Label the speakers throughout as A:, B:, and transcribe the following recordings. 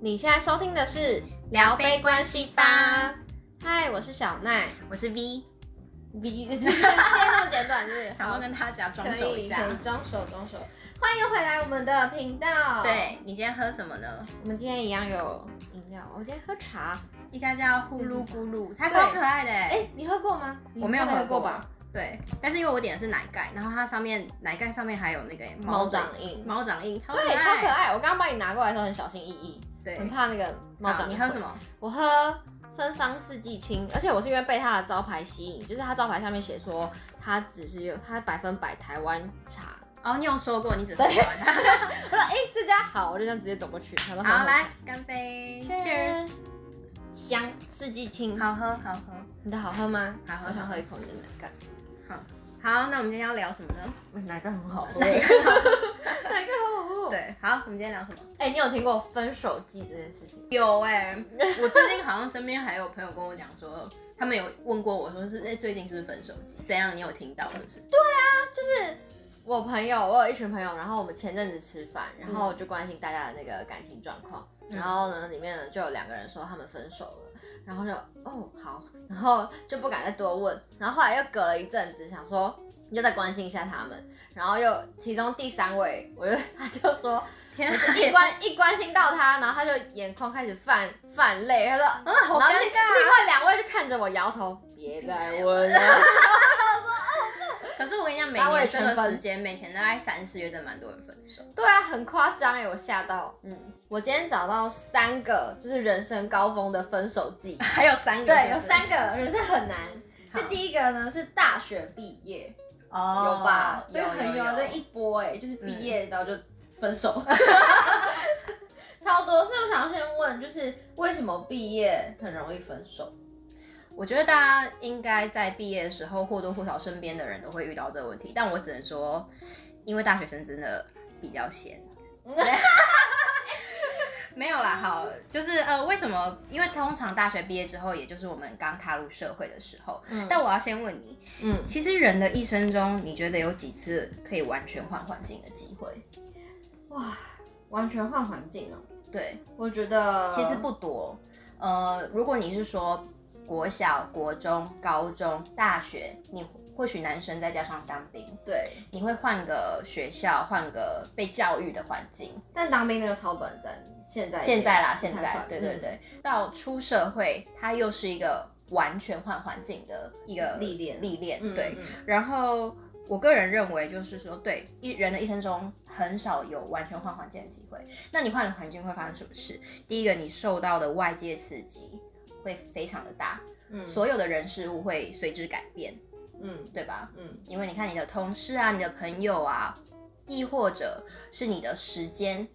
A: 你现在收听的是《
B: 聊杯关系吧》。
A: 嗨，我是小 奈
B: 我是 V，
A: ，V，今天这么简短是
B: 想要跟
A: 他
B: 他家装
A: 可
B: 手一
A: 以可
B: 下
A: 以。装熟装熟。欢迎回来我们的频道。，
B: 对你今天喝什么呢？
A: 我们今天一样有饮料，我今天喝茶。
B: 一家叫呼噜咕噜，它超可爱的、
A: 哎、
B: 欸。
A: 你喝过吗？
B: 我没有
A: 你应该
B: 喝过
A: 吧？
B: 对，但是因为我点的是奶盖，然后它上面奶盖上面还有那个
A: 猫
B: 掌
A: 掌印
B: 猫掌印超可
A: 对，
B: 爱。
A: 超可爱。我刚刚帮你拿过来的时候很小心翼翼，
B: 对，
A: 很怕那个猫
B: 好
A: 掌。
B: 你喝什？么？
A: 我喝芬芳四季青，而且我是因为被它的招牌吸引，就是它招牌下面写说它只是有它百分百台湾茶。
B: 哦，你有说过你只喝完 它。
A: 我说哎、这家好，我就这样直接走过去。他说
B: 好，来干杯
A: Cheers 香四季青，
B: 好喝，好喝，
A: 你的好喝吗？
B: 好喝
A: 我想喝一口你的奶盖，
B: 好。好，那我们今天要聊什么呢？
A: 奶盖很好喝，
B: 奶
A: 奶盖好好喝。
B: 对，好，我们今天聊什么？
A: 哎、你有听过分手季这件事情吗？
B: 有哎、 我最近好像身边还有朋友跟我讲说，他们有问过我说是哎、最近是不是分手季？怎样？你有听到是不是？
A: 就是我朋友，我有一群朋友，然后我们前阵子吃饭，然后就关心大家的那个感情状况，
B: 嗯
A: 然后呢，里面呢就有两个人说他们分手了，然后就哦好，然后就不敢再多问，然后后来又隔了一阵子，想说又再关心一下他们，然后又其中第三位，我就他就说
B: 天
A: 我
B: 啊，
A: 就一关一关心到他，然后他就眼眶开始泛泛泪，他说
B: 啊，好
A: 然后
B: 尴
A: 另另
B: 尬。
A: 外两位就看着我摇头，别再问 了。
B: 可是我跟你讲，每
A: 三位
B: 年这
A: 全
B: 个
A: 分
B: 时间，每年大概三四月真的蛮多人分手。
A: 对啊，很夸张哎，我吓到。
B: 嗯，。
A: 我今天找到三个，就是人生高峰的分手季
B: 还有三个
A: 对，有
B: 是不是
A: 三个人生很难。
B: 好
A: 这第一个呢是大学毕业，
B: 哦，
A: 有吧？这个很
B: 有嗯
A: 这一波哎、就是毕业、然后就分 手， 超多。所以我想先问，就是为什么毕业很容易分手？
B: 我觉得大家应该在毕业的时候或多或少身边的人都会遇到这个问题，但我只能说，因为大学生真的比较闲。 没有啦，好，就是呃，为什么？因为通常大学毕业之后，也就是我们刚踏入社会的时候。
A: 嗯
B: 但我要先问你，
A: 嗯，
B: 其实人的一生中，你觉得有几次可以完全换环境的机会？
A: 哇，完全换环境哦。
B: 对，
A: 我觉得
B: 其实不多。呃，如果你是说国小、国中、高中、大学，你或许男生再加上当兵，
A: 对，
B: 你会换个学校，换个被教育的环境。
A: 但当兵那个超短暂，现在
B: 现在啦，
A: 也
B: 现
A: 不太嗯
B: 在
A: 算，
B: 对对对，到出社会，它又是一个完全换环境的一个
A: 历练
B: 历练，
A: 嗯，
B: 对。
A: 嗯
B: 然后我个人认为，就是说，对一人的一生中很少有完全换环境的机会。那你换了环境会发生什么事？第一个，你受到的外界刺激会非常的大，
A: 嗯
B: 所有的人事物会随之改变，
A: 嗯
B: 对吧？
A: 嗯
B: 因为你看你的同事啊，你的朋友啊，亦或者是你的时间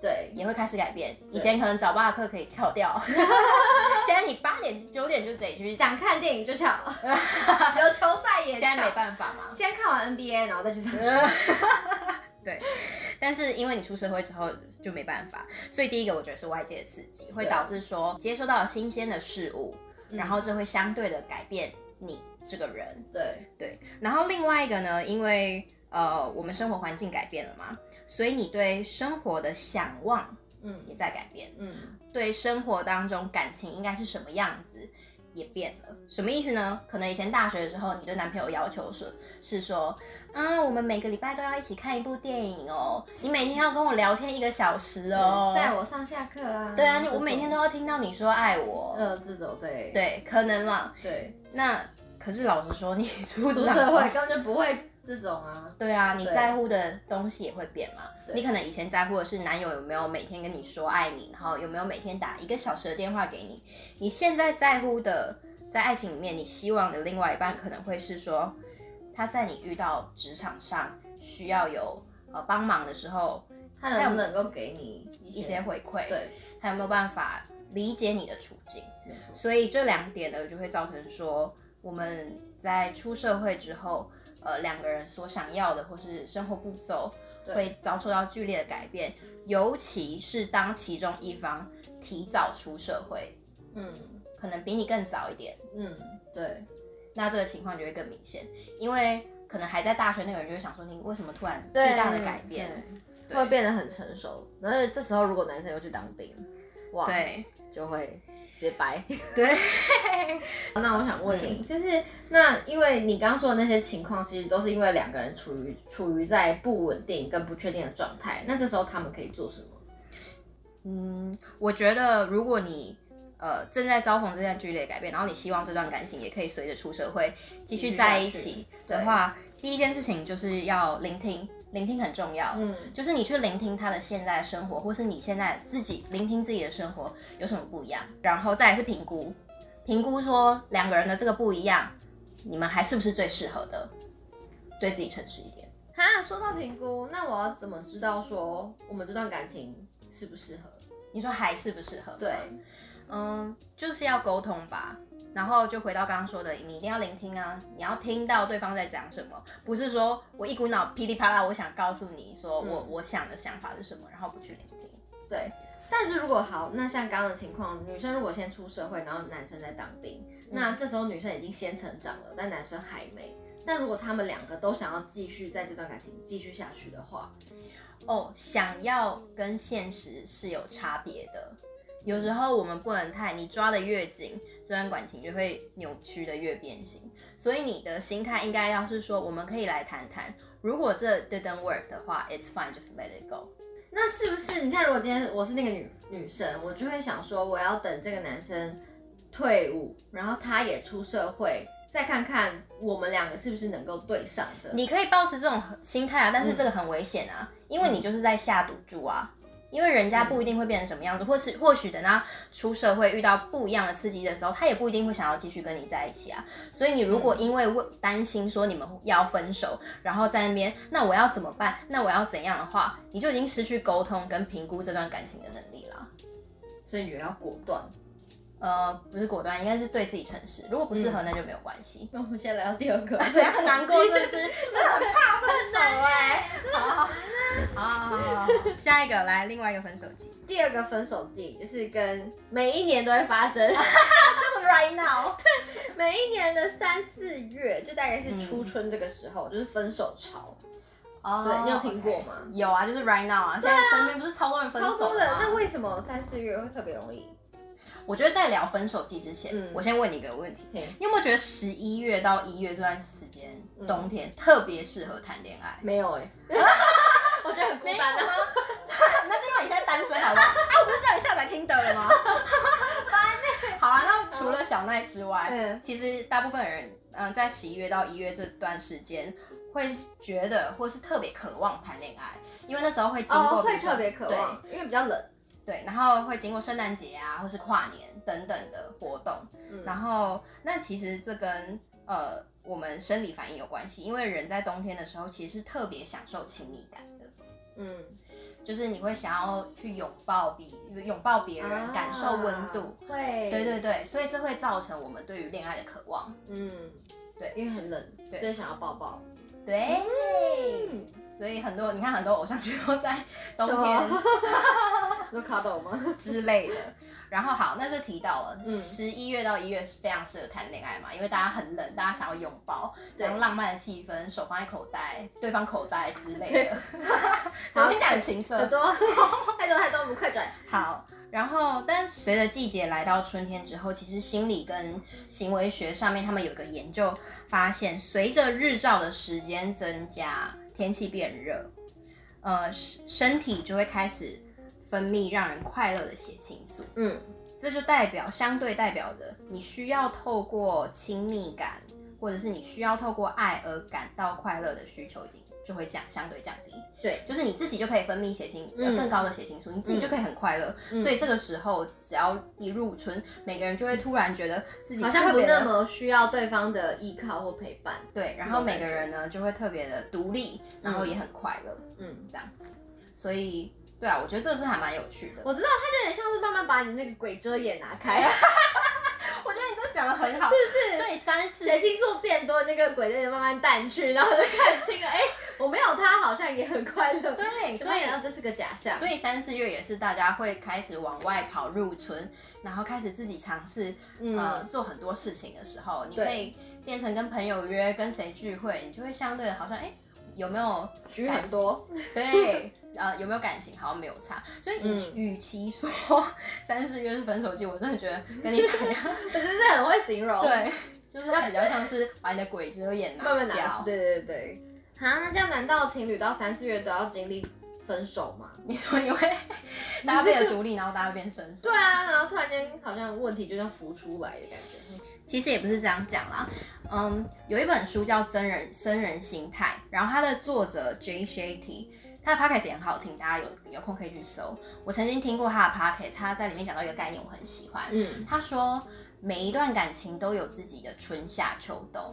A: 对，
B: 也会开始改变。以
A: 对
B: 前可能早八的课可以翘掉， 现在你八点九点就得去上，
A: 想看电影就抢， 有球赛也
B: 现在没
A: 抢。
B: 办法嘛。
A: 先看完 NBA，然后再去 上学。嗯
B: 对，但是因为你出社会之后就没办法，所以第一个我觉得是外界的刺激，会
A: 对
B: 导致说接收到了新鲜的事物，
A: 嗯
B: 然后这会相对的改变你这个人。
A: 对，
B: 对，然后另外一个呢，因为呃我们生活环境改变了嘛，所以你对生活的向往
A: 嗯
B: 也在改变。
A: 嗯，
B: 对生活当中感情应该是什么样子也变了。什么意思呢？可能以前大学的时候，你对男朋友要求是是说，啊，我们每个礼拜都要一起看一部电影哦，你每天要跟我聊天一个小时哦。
A: 在我上下课啊。
B: 对啊，你我每天都要听到你说爱我。
A: 呃自走，对
B: 对，可能啦。
A: 对，
B: 那可是老实说，你 出
A: 出
B: 职场之
A: 社
B: 后
A: 会根本就不会这种啊。
B: 对啊，你
A: 对
B: 在乎的东西也会变嘛。
A: 对
B: 你可能以前在乎的是男友有没有每天跟你说爱你，然后有没有每天打一个小时的电话给你。你现在在乎的，在爱情里面，你希望的另外一半可能会是说，他在你遇到职场上需要有呃帮忙的时候，
A: 他能不能够给你
B: 一
A: 一
B: 些
A: 些？
B: 回馈，，
A: 对，
B: 他有没有办法理解你的处境？
A: 没错
B: 所以这两点呢，就会造成说我们在出社会之后，呃，两个人所想要的或是生活步骤
A: 对
B: 会遭受到剧烈的改变，尤其是当其中一方提早出社会，
A: 嗯
B: 可能比你更早一点，
A: 嗯，对
B: 那这个情况就会更明显，因为可能还在大学那个人就会想说，你为什么突然巨
A: 对，嗯
B: 大的改变？
A: 对会变得很成熟。然后这时候如果男生又去当兵，哇，，
B: 对
A: 就会直接掰。哦
B: 对，
A: 那我想问你，就是那因为你刚刚说的那些情况，其实都是因为两个人处于处于在不稳定跟不确定的状态，那这时候他们可以做什么？
B: 嗯，我觉得如果你呃正在遭逢这段剧烈的改变，然后你希望这段感情也可以随着出社会
A: 继
B: 继续
A: 续下
B: 在一
A: 去
B: 起
A: 对
B: 的话，第一件事情就是要聆听，聆听很重要。
A: 嗯，
B: 就是你去聆听他的现在的生活，或是你现在自己聆听自己的生活有什么不一样，然后再来是评估，评估说两个人的这个不一样，你们还是不是最适合的，对自己诚实一点。
A: 哈，说到评估，那我要怎么知道说我们这段感情适不适合？
B: 你说还适不适合？
A: 对，
B: 嗯，就是要沟通吧。然后就回到刚刚说的，你一定要聆听啊，你要听到对方在讲什么，不是说我一股脑噼里啪啦，我想告诉你说我、
A: 嗯
B: 我想的想法是什么，然后不去聆听。
A: 对，但是如果好，那像刚刚的情况，女生如果先出社会，然后男生在当兵，那
B: 嗯
A: 这时候女生已经先成长了，但男生还没。那如果他们两个都想要继续在这段感情继续下去的话，
B: 哦，想要跟现实是有差别的。有时候我们不能太，你抓的越紧，这段感情就会扭曲的越变形。所以你的心态应该要是说，我们可以来谈谈，如果这 didn't work 的话，it's fine，just let it go。
A: 那是不是你看，如果今天我是那个女女生，我就会想说，我要等这个男生退伍，然后他也出社会，再看看我们两个是不是能够对上的。
B: 你可以保持这种心态啊，但是这个很危险啊，因为你就是在下赌注啊。因为人家不一定会变成什么样子，或是或许等他出社会遇到不一样的刺激的时候，他也不一定会想要继续跟你在一起啊。所以你如果因为为担心说你们要分手，然后在那边那我要怎么办？那我要怎样的话，你就已经失去沟通跟评估这段感情的能力啦。
A: 所以你觉得要果断。
B: 呃，不是果断，应该是对自己诚实。如果不适合，那就没有关系。
A: 那我们现在来到第二 个，
B: 对，很难过，是不是？ 真的很怕分手哎、好好好好，下一个来另外一个分手季，
A: 第二个分手季就是跟每一年都会发生，
B: 就是 right now。
A: 每一年的三四月，就大概是初春这个时候，就是分手潮。
B: 哦
A: 对你有听过吗
B: 有啊，就是 right now 啊。现在身边不是超多人分
A: 超
B: 手
A: 多
B: 吗
A: 的，那为什么三四月会特别容易？
B: 我觉得在聊分手季之前，
A: 嗯
B: 我先问你一个问题：
A: 嘿
B: 你有没有觉得十一月到一月这段时间，
A: 嗯
B: 冬天特别适合谈恋爱？
A: 没有哎、 我觉得很孤单啊。
B: 那是因为你现在单身，好不好？啊，我不是叫你下载听的了吗？好啊，那除了小奈之外，
A: 欸嗯
B: 其实大部分人，嗯、在十一月到一月这段时间，会觉得或是特别渴望谈恋爱，因为那时候会经过、
A: 哦，会特别渴望，因为比较冷。
B: 对对，然后会经过圣诞节啊，或是跨年等等的活动，
A: 嗯
B: 然后那其实这跟呃我们生理反应有关系，因为人在冬天的时候其实是特别享受亲密感的。
A: 嗯，
B: 就是你会想要去拥抱别拥抱别人，
A: 啊
B: 感受温度。
A: 会，
B: 对对，对，所以这会造成我们对于恋爱的渴望。
A: 嗯，
B: 对
A: 因为很冷，
B: 对
A: 所以想要抱抱。
B: 对，
A: 嗯，
B: 所以很多你看很多偶像剧 都在冬
A: 什
B: 天
A: 么你说 cuddle 吗？
B: 之类的。然后好，那就提到了
A: 嗯
B: 十一、月到一月是非常适合谈恋爱嘛，因为大家很冷，大家想要拥抱，
A: 对
B: 然后浪漫的气氛，手放在口袋，对方口袋之类的。
A: 好
B: 怎么听起来很情色？
A: 很 多，太多太多，我们快转。
B: 好，然后但随着季节来到春天之后，其实心理跟行为学上面他们有一个研究发现，随着日照的时间增加，天气变热，呃，身身体就会开始分泌让人快乐的血清素，
A: 嗯，
B: 这就代表相对代表着你需要透过亲密感，或者是你需要透过爱而感到快乐的需求已经就会降相对降低。
A: 对，
B: 就是你自己就可以分泌血清、呃
A: 嗯
B: 更高的血清素，你自己就可以很快乐。
A: 嗯
B: 所以这个时候，只要一入春，每个人就会突然觉得自己
A: 好像
B: 特
A: 不
B: 别的
A: 那么需要对方的依靠或陪伴。
B: 对，然
A: 这种
B: 后每
A: 感
B: 个
A: 觉
B: 人呢就会特别的独立，然后
A: 嗯
B: 也很快乐，
A: 嗯，
B: 这样。所以，对啊，我觉得这是还蛮有趣的。我
A: 我知道，他就有点像是慢慢把你那个鬼遮眼拿开，是
B: 我觉得你这讲的很 好，
A: 不
B: 所
A: 是？
B: 以三四
A: 血清素变多，那个鬼遮眼慢慢淡去，然后就看清了，哎、我没有他好像也很快乐。
B: 对，
A: 所
B: 所
A: 以
B: 以
A: 啊呢，这是个假象。
B: 所以三四月也是大家会开始往外跑入春，然后开始自己尝试、呃
A: 嗯，
B: 做很多事情的时候，你
A: 对
B: 可以变成跟朋友约，跟谁聚会，你就会相对的好像哎、有没有
A: 许很多，
B: 对，呃，有没有感情好像没有差，所以
A: 嗯
B: 与、与其说三四月是分手季，我真的觉得跟你讲 一样，
A: 你是不是很会形容？，
B: 对，就是它比较像是把你的鬼遮眼拿
A: 慢慢
B: 掉
A: 拿。。对对对。啊，那这样难道情侣到三四月都要经历分手吗？
B: 你说你会 大家变得独立，然后大家变生疏。
A: 对啊，然后突然间好像问题就像浮出来的感觉。
B: 其实也不是这样讲啦，嗯，有一本书叫《真人真人心态》，然后它的作者 J Shetty，他的 podcast 也很好听，大家有有空可以去搜。我曾经听过他的 podcast，他在里面讲到一个概念，我很喜欢。
A: 嗯，
B: 他说，每一段感情都有自己的春夏秋冬，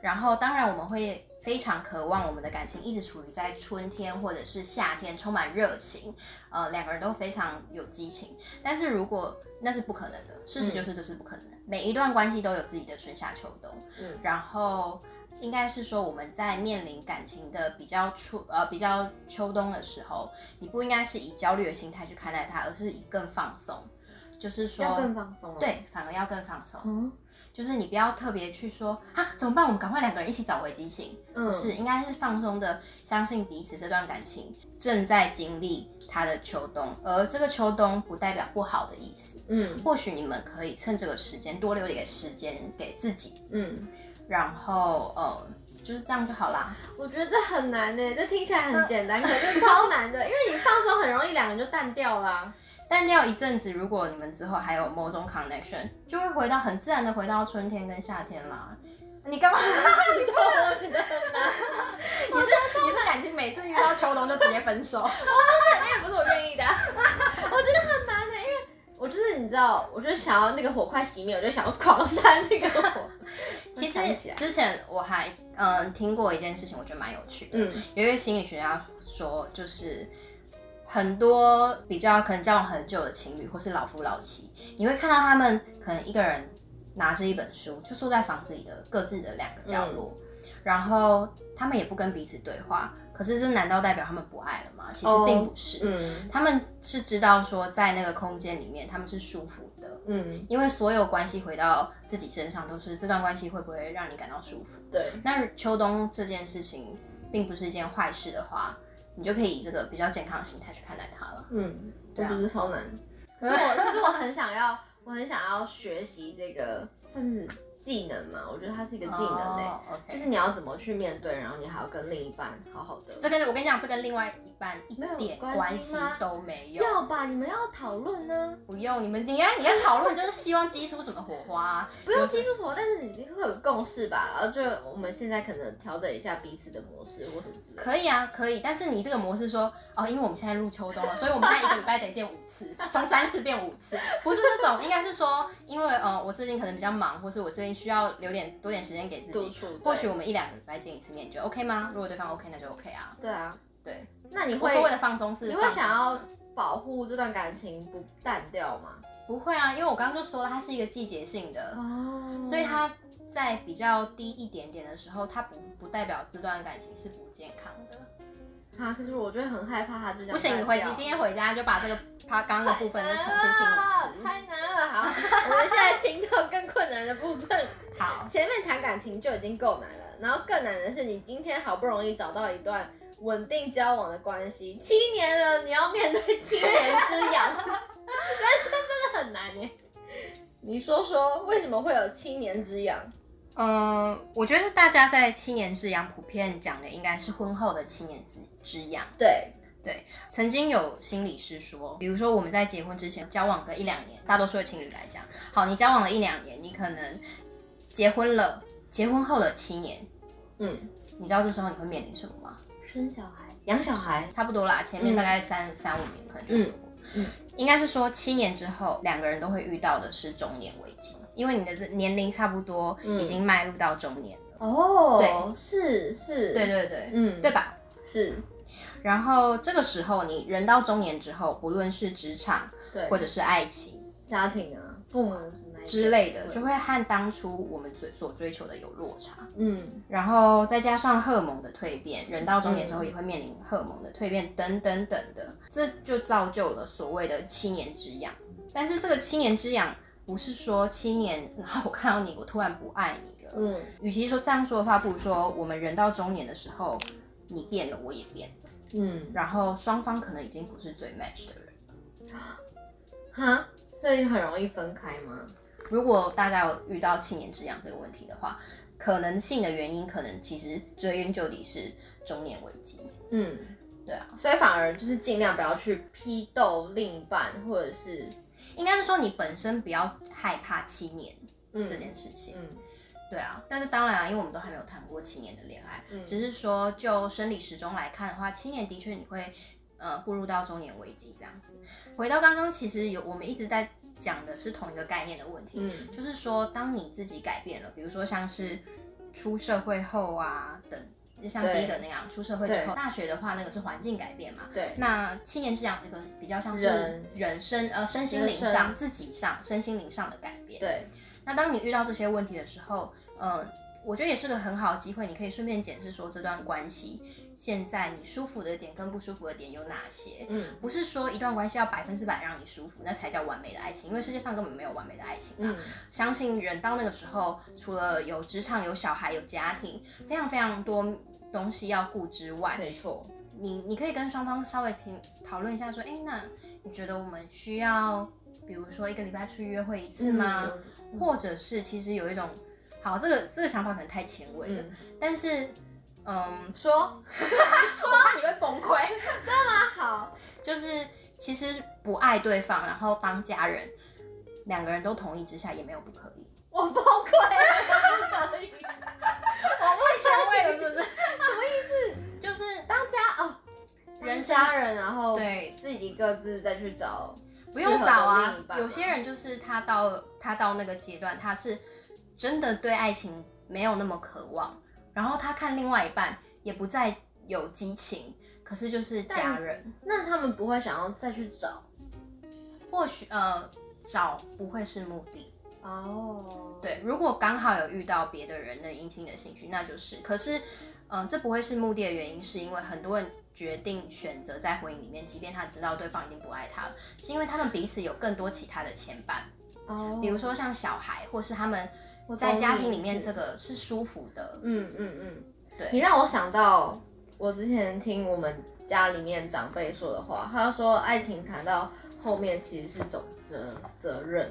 B: 然后当然我们会非常渴望我们的感情一直处于在春天或者是夏天，充满热情，呃，两个人都非常有激情。但是如果那是不可能的，事实就是这是不可能的。每一段关系都有自己的春夏秋冬，
A: 嗯
B: 然后。应该是说我们在面临感情的比较初呃比较秋冬的时候，你不应该是以焦虑的心态去看待它，而是以更放松，就是说
A: 要更放松了。，
B: 对，反而要更放松，
A: 嗯
B: 就是你不要特别去说啊怎么办，我们赶快两个人一起找回激情，
A: 嗯
B: 不是，应该是放松的，相信彼此这段感情正在经历它的秋冬，而这个秋冬不代表不好的意思，
A: 嗯
B: 或许你们可以趁这个时间多留点时间给自己，
A: 嗯，
B: 然后呃就是这样就好啦，
A: 我觉得这很难呢，这听起来很 简单，可是超难的，因为你放松很容易两个人就淡掉啦。
B: 淡掉一阵子，如果你们之后还有某种 connection，就会回到很自然的回到春天跟夏天啦。你干嘛？你干嘛？
A: 我觉得很难，
B: 你是你是感情每次遇到秋冬就直接分 手？
A: 那也不是我愿意的， 我觉得很难欸的，因为。我就是你知道，我就是想要那个火快熄灭，我就想要狂扇那个火。
B: 其实
A: 我想起来
B: 之前我还嗯、呃听过一件事情，我觉得蛮有趣的。
A: 嗯
B: 有一个心理学家说，就是很多比较可能交往很久的情侣，或是老夫老妻，你会看到他们可能一个人拿着一本书，就坐在房子里的各自的两个角落，然后他们也不跟彼此对话。可是这难道代表他们不爱了吗？其实
A: 哦
B: 并不是，
A: 嗯
B: 他们是知道说在那个空间里面他们是舒服的，
A: 嗯，
B: 因为所有关系回到自己身上，都是这段关系会不会让你感到舒服。
A: 对，啊
B: 那秋冬这件事情并不是一件坏事的话，你就可以以这个比较健康的心态去看待它了。
A: 嗯，我
B: 对啊
A: 觉得超难。可是我，可是我很想要，我很想要学习这个算是技能嘛？我觉得它是一个技能欸诶、
B: 哦，OK
A: 就是你要怎么去面对，然后你还要跟另一半好好的。
B: 这跟我跟你讲，这跟另外一半一
A: 没有
B: 点
A: 关系
B: 关系
A: 吗
B: 都没有。
A: 要吧，你们要讨论呢，
B: 不用你们，你要你要讨论，就是希望激出什么火花啊、
A: 不用激出什么，但是你会有共识吧？然后就我们现在可能调整一下彼此的模式或什么之类的。
B: 可以啊，可以。但是你这个模式说哦，因为我们现在入秋冬了，所以我们现在一个礼拜得见五次， 从三次变五次，不是这种，应该是说，因为呃，我最近可能比较忙，或是我最近需要留点多点时间给自
A: 独
B: 己，
A: 处，
B: 或许我们一两个礼拜见一次面就 OK 吗？如果对方 OK，那就 OK 啊。
A: 对啊，
B: 对，
A: 那你
B: 我
A: 会
B: 所谓的放松是
A: 你
B: 放
A: 会
B: 松
A: 想要保护这段感情不淡掉吗？
B: 不会啊？因为我刚刚就说了，它是一个季节性的，
A: 哦，
B: 所以它在比较低一点点的时候，它不不代表这段感情是不健康的。
A: 啊，可是我就会很害怕他就这样
B: 不行，你
A: 淡
B: 回
A: 掉
B: 今天回家就把这个他刚刚的部分就重新听
A: 啊 太难了，好，我们现在进到更困难的部分。
B: 一次。好，
A: 前面谈感情就已经够难了，然后更难的是，你今天好不容易找到一段稳定交往的关系，七年了，你要面对七年之 痒，人生真的很难耶。你说说为什么会有七年之痒？
B: 嗯，我觉得大家在七年之痒普遍讲的应该是婚后的七年之之痒。
A: 对，
B: 曾经有心理师说，比如说我们在结婚之前交往个一两年，大多数的情侣来讲，好，你交往了一两年，你可能结婚了，结婚后的七年，
A: 嗯，
B: 你知道这时候你会面临什么吗？
A: 生小孩、养小孩，
B: 差不多啦，前面大概三、三五年可能就有过。
A: 嗯
B: 嗯
A: 嗯
B: 应该是说七年之后，两个人都会遇到的是中年危机，因为你的这年龄差不多，
A: 嗯
B: 已经迈入到中年了。
A: 哦，是是，
B: 对，对对，
A: 嗯，
B: 对，吧？
A: 是，
B: 然后这个时候，你人到中年之后，不论是职场
A: 对，
B: 或者是爱情，
A: 家庭啊、父母那一
B: 之类的，
A: 对
B: 就会和当初我们追所追求的有落差。
A: 嗯
B: 然后再加上荷尔蒙的蜕变，人到中年之后也会面临荷尔蒙的蜕变等等等的，这就造就了所谓的七年之痒。但是这个七年之痒不是说七年，然后我看到你，我突然不爱你了。
A: 嗯
B: 与其说这样说的话，不如说我们人到中年的时候，你变了，我也变了，
A: 嗯，
B: 然后双方可能已经不是最 match 的人。
A: 哈，所以很容易分开吗？
B: 如果大家有遇到七年之痒这个问题的话，可能性的原因可能其实追根究底是中年危机。
A: 嗯，
B: 对啊，
A: 所以反而就是尽量不要去批斗另一半，或者是
B: 应该是说你本身不要害怕七年
A: 嗯
B: 这件事情。
A: 嗯
B: 对啊，但是当然啊，因为我们都还没有谈过七年的恋爱，
A: 嗯
B: 只是说就生理时钟来看的话，七年的确你会呃步入到中年危机这样子。回到刚刚，其实有我们一直在讲的是同一个概念的问题，
A: 嗯
B: 就是说当你自己改变了，比如说像是出社会后啊等，就像
A: 对
B: 第一个那样，出社会之
A: 对
B: 后，大学的话那个是环境改变嘛。
A: 对，
B: 那七年之痒这个比较像是
A: 人
B: 人身呃身心灵
A: 人生
B: 上自己上身心灵上的改变，
A: 对，
B: 那当你遇到这些问题的时候，嗯，我觉得也是个很好的机会，你可以顺便检视说这段关系现在你舒服的点跟不舒服的点有哪些。
A: 嗯
B: 不是说一段关系要百分之百让你舒服，那才叫完美的爱情，因为世界上根本没有完美的爱情啊。
A: 嗯
B: 相信人到那个时候，除了有职场、有小孩、有家庭，非常非常多东西要顾之外，
A: 没错，
B: 你你可以跟双方稍微评讨论一下，说，哎，那你觉得我们需要，比如说一个礼拜去约会一次吗？
A: 嗯？
B: 或者是其实有一种，好，这个这个想法可能太前卫了，
A: 嗯，
B: 但是，嗯，
A: 说
B: 说怕你会崩溃，
A: 啊好，
B: 就是其实不爱对方，然后当家人，两个人都同意之下也没有不可 以，
A: 我崩溃了，我不
B: 前
A: 以
B: 卫了是不 是？
A: 什么意思？
B: 就是
A: 当家 哦，
B: 人
A: 人
B: 生
A: 家人，然后
B: 对，
A: 自己各自再去找，
B: 不用找啊
A: 另一，半吗
B: 有些人就是他到他到那个阶段，他是真的对爱情没有那么渴望，然后他看另外一半也不再有激情，可是就是家
A: 但
B: 人。
A: 那他们不会想要再去找
B: 或许呃找不会是目的。
A: 哦，
B: 对，如果刚好有遇到别的人能引起你的兴趣，那就是。可是，嗯、这不会是目的的原因，是因为很多人决定选择在婚姻里面，即便他知道对方已经不爱他了，是因为他们彼此有更多其他的牵绊，
A: 哦，
B: 比如说像小孩，或是他们
A: 我懂
B: 在
A: 你
B: 家
A: 意
B: 庭里面
A: 思
B: 这个是舒服的。
A: 嗯嗯嗯，
B: 对
A: 你让我想到我之前听我们家里面长辈说的话，他说爱情谈到后面其实是种责责任，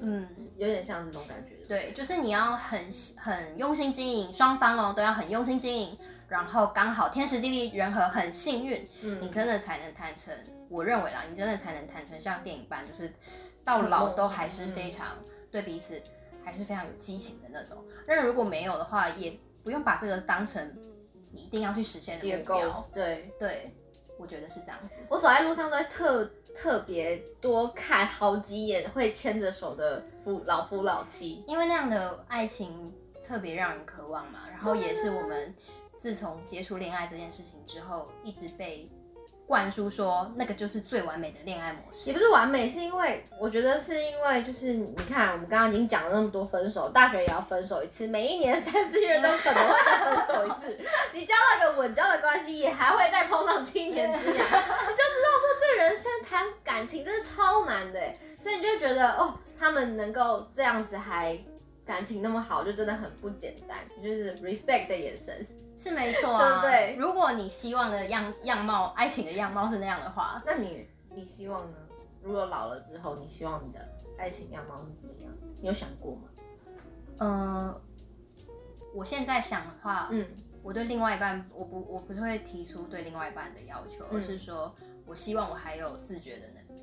B: 嗯，
A: 有点像这种感觉。
B: 对，就是你要很很用心经营，双方哦都要很用心经营，然后刚好天时地利人和，很幸运，你
A: 嗯，
B: 真的才能谈成，我认为啦，你真的才能谈成像电影般，就是到老都还
A: 嗯
B: 是非常对彼此还是非常有激情的那种。但如果没有的话，也不用把这个当成你一定要去实现的
A: 也
B: 目
A: 够
B: 标。
A: 对。
B: 对，我觉得是这样子。
A: 我走在路上都会特特别多看好几眼会牵着手的夫老夫老妻。
B: 因为那样的爱情特别让人渴望嘛，然后
A: 啊
B: 也是我们自从接触恋爱这件事情之后，一直被灌输说那个就是最完美的恋爱模
A: 也
B: 式。
A: 不是完美，是因为我觉得是因为就是你看，我们刚刚已经讲了那么多分手，大学也要分手一次，每一年三四月都可能会再分手一次。你交了个稳交的关系，也还会再碰上七年之痒，你就知道说这人生谈感情真是超难的欸，所以你就觉得哦，他们能够这样子还感情那么好，就真的很不简单，就是 respect 的眼神。
B: 是没错啊，
A: 对不对
B: 如果你希望的样样貌，爱情的样貌是那样的话，
A: 那你你希望呢？如果老了之后，你希望你的爱情样貌是怎么样？你有想过吗？
B: 嗯、我现在想的话，
A: 嗯
B: 我对另外一半，我不我不是会提出对另外一半的要求，
A: 嗯
B: 而是说我希望我还有自觉的能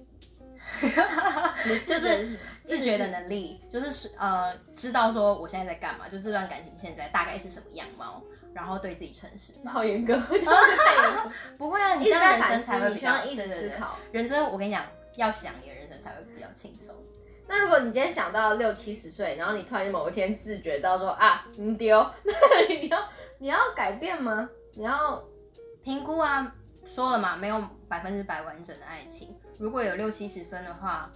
B: 力。
A: 就
B: 就是自觉的能力，就是呃，知道说我现在在干嘛，就这段感情现在大概是什么样貌，然后对自己诚实吧。
A: 好严 格，就是太
B: 不会啊，你
A: 一
B: 这
A: 直
B: 样
A: 在
B: 人
A: 反
B: 生才
A: 思，
B: 会
A: 你
B: 比
A: 需
B: 较
A: 要一直思。考。
B: 对对对人生我跟你讲，要想你的人生才会比较轻松。
A: 那如果你今天想到六七十岁，然后你突然某一天自觉到说啊，你丢， 那你要你要改变吗？你要
B: 评估啊，说了嘛，没有百分之百完整的爱情，如果有六七十分的话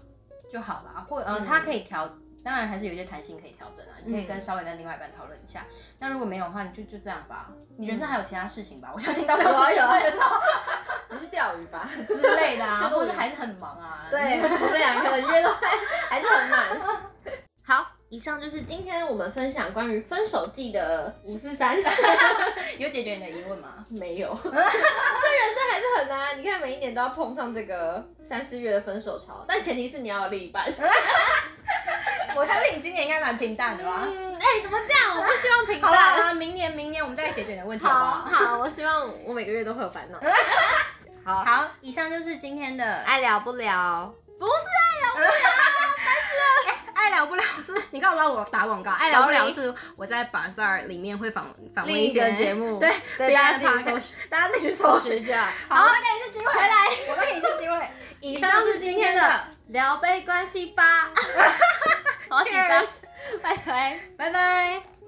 B: 就好啦，或呃，
A: 嗯
B: 它可以调。当然还是有一些弹性可以调整啊，你可以跟
A: 嗯
B: 稍微跟另外一半讨论一下。那如果没有的话，你就就这样吧。你人生还有其他事情嗯吧？我相信到六十
A: 有啊有啊
B: 岁的时候，
A: 你去钓鱼 吧？
B: 之类的 啊，或者还是很忙啊。
A: 对，我们两个约都还还是很满。好，以上就是今天我们分享关于分手季的五四三，
B: 有解决你的疑问吗？
A: 没 有，这人生还是很难啊。你看每一年都要碰上这个三四月的分手潮，但前提是你要有另一半。
B: 我相信你今年应该蛮平淡的吧。
A: 嗯，哎、怎么这样？我不希望平
B: 好啦，好
A: 淡。
B: 啦，明年明年我们再来解决你的问题好不
A: 好
B: 好？
A: 好，我希望我每个月都会有烦 恼。好，
B: 好，以上就是今天的爱
A: 爱聊不聊？不是，
B: 爱聊不了是，你干嘛帮我打广告？爱聊不了
A: Sorry
B: 是我在 Bazaar 里面会访访问
A: 另 一
B: 些
A: 个节目
B: 对，
A: 对
B: 别
A: 大家
B: 人
A: 自己
B: 的 podcast
A: 搜
B: 大家自己去搜
A: 学
B: 寻。
A: 一下。
B: 好，我再给你一次机会，
A: 回来，
B: 我再给你一次机会。 以
A: 以
B: 上
A: 上
B: 是
A: 是
B: 今
A: 今
B: 天
A: 天
B: 的
A: 的， 聊杯关系吧。好紧张，拜拜。
B: 拜拜。